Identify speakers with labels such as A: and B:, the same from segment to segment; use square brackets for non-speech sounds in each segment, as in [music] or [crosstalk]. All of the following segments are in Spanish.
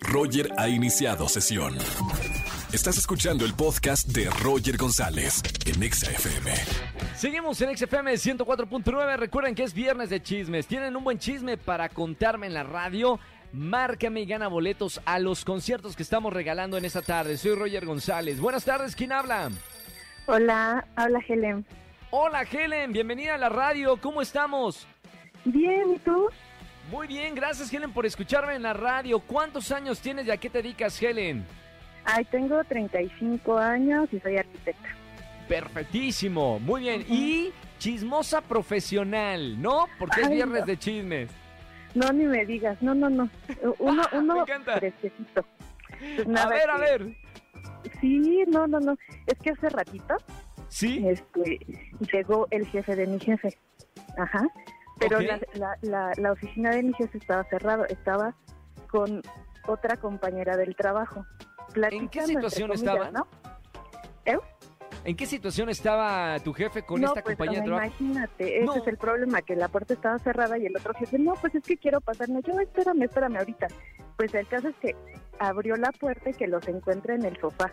A: Roger ha iniciado sesión. Estás escuchando el podcast de Roger González en Exa FM.
B: Seguimos en XFM 104.9. Recuerden que es viernes de chismes. ¿Tienen un buen chisme para contarme en la radio? Márcame y gana boletos a los conciertos que estamos regalando en esta tarde. Soy Roger González. Buenas tardes, ¿quién habla?
C: Hola, habla Helen.
B: Hola, Helen. Bienvenida a la radio. ¿Cómo estamos?
C: Bien, ¿y tú?
B: Muy bien, gracias, Helen, por escucharme en la radio. ¿Cuántos años tienes y a qué te dedicas, Helen?
C: Ay, tengo 35 años y soy arquitecta.
B: Perfectísimo, muy bien. Y chismosa profesional, ¿no? Porque es
C: Ay,
B: viernes
C: no.
B: de chismes.
C: No, ni me digas, no, no, no.
B: [laughs]
C: Uno,
B: Ah, me
C: uno
B: encanta.
C: fresquecito. Pues
B: A
C: nada
B: ver, a
C: que-
B: ver.
C: Sí, no, no, no. Es que hace ratito
B: ¿Sí?
C: este, llegó el jefe de mi jefe. Ajá. Pero
B: Ok.
C: la, la, la, la oficina de mi jefe estaba cerrada, estaba con otra compañera del trabajo. platicando, entre
B: situación estaba?
C: ¿no?
B: ¿En qué situación estaba tu jefe con
C: No,
B: esta
C: pues,
B: compañía de
C: o sea,
B: trabajo?
C: Imagínate, ese
B: No.
C: es el problema, que la puerta estaba cerrada y el otro jefe, no, pues es que quiero pasarme, yo espérame, espérame ahorita. Pues el caso es que abrió la puerta y que los encuentra en el sofá.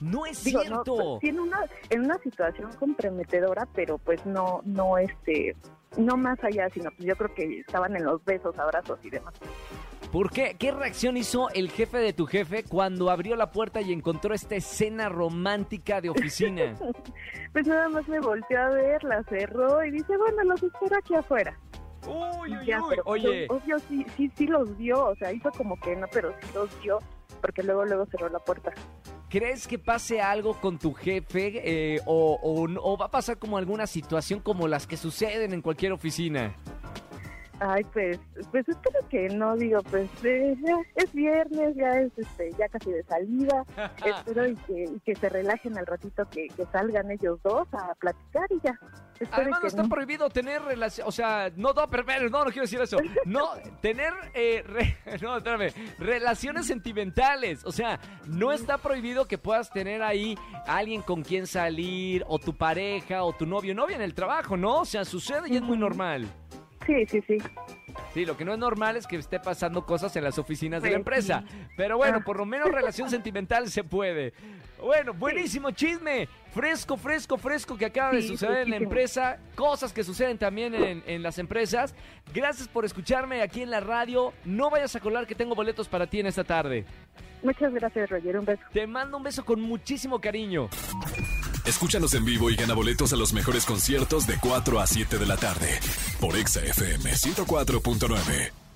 B: No es
C: Digo, no,
B: cierto.
C: pues, sí en una, en una situación comprometedora, pero pues no, no este, no más allá, sino pues yo creo que estaban en los besos, abrazos y demás.
B: ¿Por qué? ¿Qué reacción hizo el jefe de tu jefe cuando abrió la puerta y encontró esta escena romántica de
C: [laughs]
B: oficina?
C: Pues nada más me volteó a ver, la cerró y dice, bueno, los espero aquí afuera.
B: uy,
C: Y ya, pero, pues,
B: Oye,
C: obvio, sí, sí, sí los vio, o sea, hizo como que no, pero sí los vio, porque luego, luego cerró la puerta.
B: ¿crees que pase algo con tu jefe eh, o, o no- o va a pasar como alguna situación como las que suceden en cualquier
C: [laughs]
B: oficina?
C: Ay, pues, pues espero que no, digo, pues eh, ya es viernes, ya es este, ya casi
B: [laughs]
C: de salida, espero y que, y que se relajen al ratito que, que salgan ellos dos a platicar y ya. Espero
B: Además,
C: que
B: no está
C: no.
B: prohibido tener relación, o sea, no, no, pero, pero, no, no quiero decir eso. No, tener, eh, re- [laughs] no, espérame, relaciones sentimentales. O sea, no está prohibido que puedas tener ahí a alguien con quien salir, o tu pareja, o tu novio, novia en el trabajo, ¿no? O sea, sucede y es muy
C: Ujú.
B: normal.
C: Sí, sí, sí.
B: Sí, lo que no es normal es que esté pasando cosas en las oficinas de la
C: Pues sí.
B: empresa. Pero bueno,
C: Ah.
B: por lo menos
C: [laughs]
B: relación sentimental se puede. Bueno, buenísimo chisme. Fresco, fresco, fresco que acaba de
C: Sí,
B: suceder en la
C: fresquísimo.
B: empresa. Cosas que suceden también en, en las empresas. Gracias por escucharme aquí en la radio. No vayas a colar que tengo boletos para ti en esta tarde.
C: Muchas gracias, Roger. Un beso.
B: Te mando un beso con muchísimo cariño.
A: Escúchanos en vivo y gana boletos a los mejores conciertos de 4 a 7 de la tarde por Exa FM 104.9.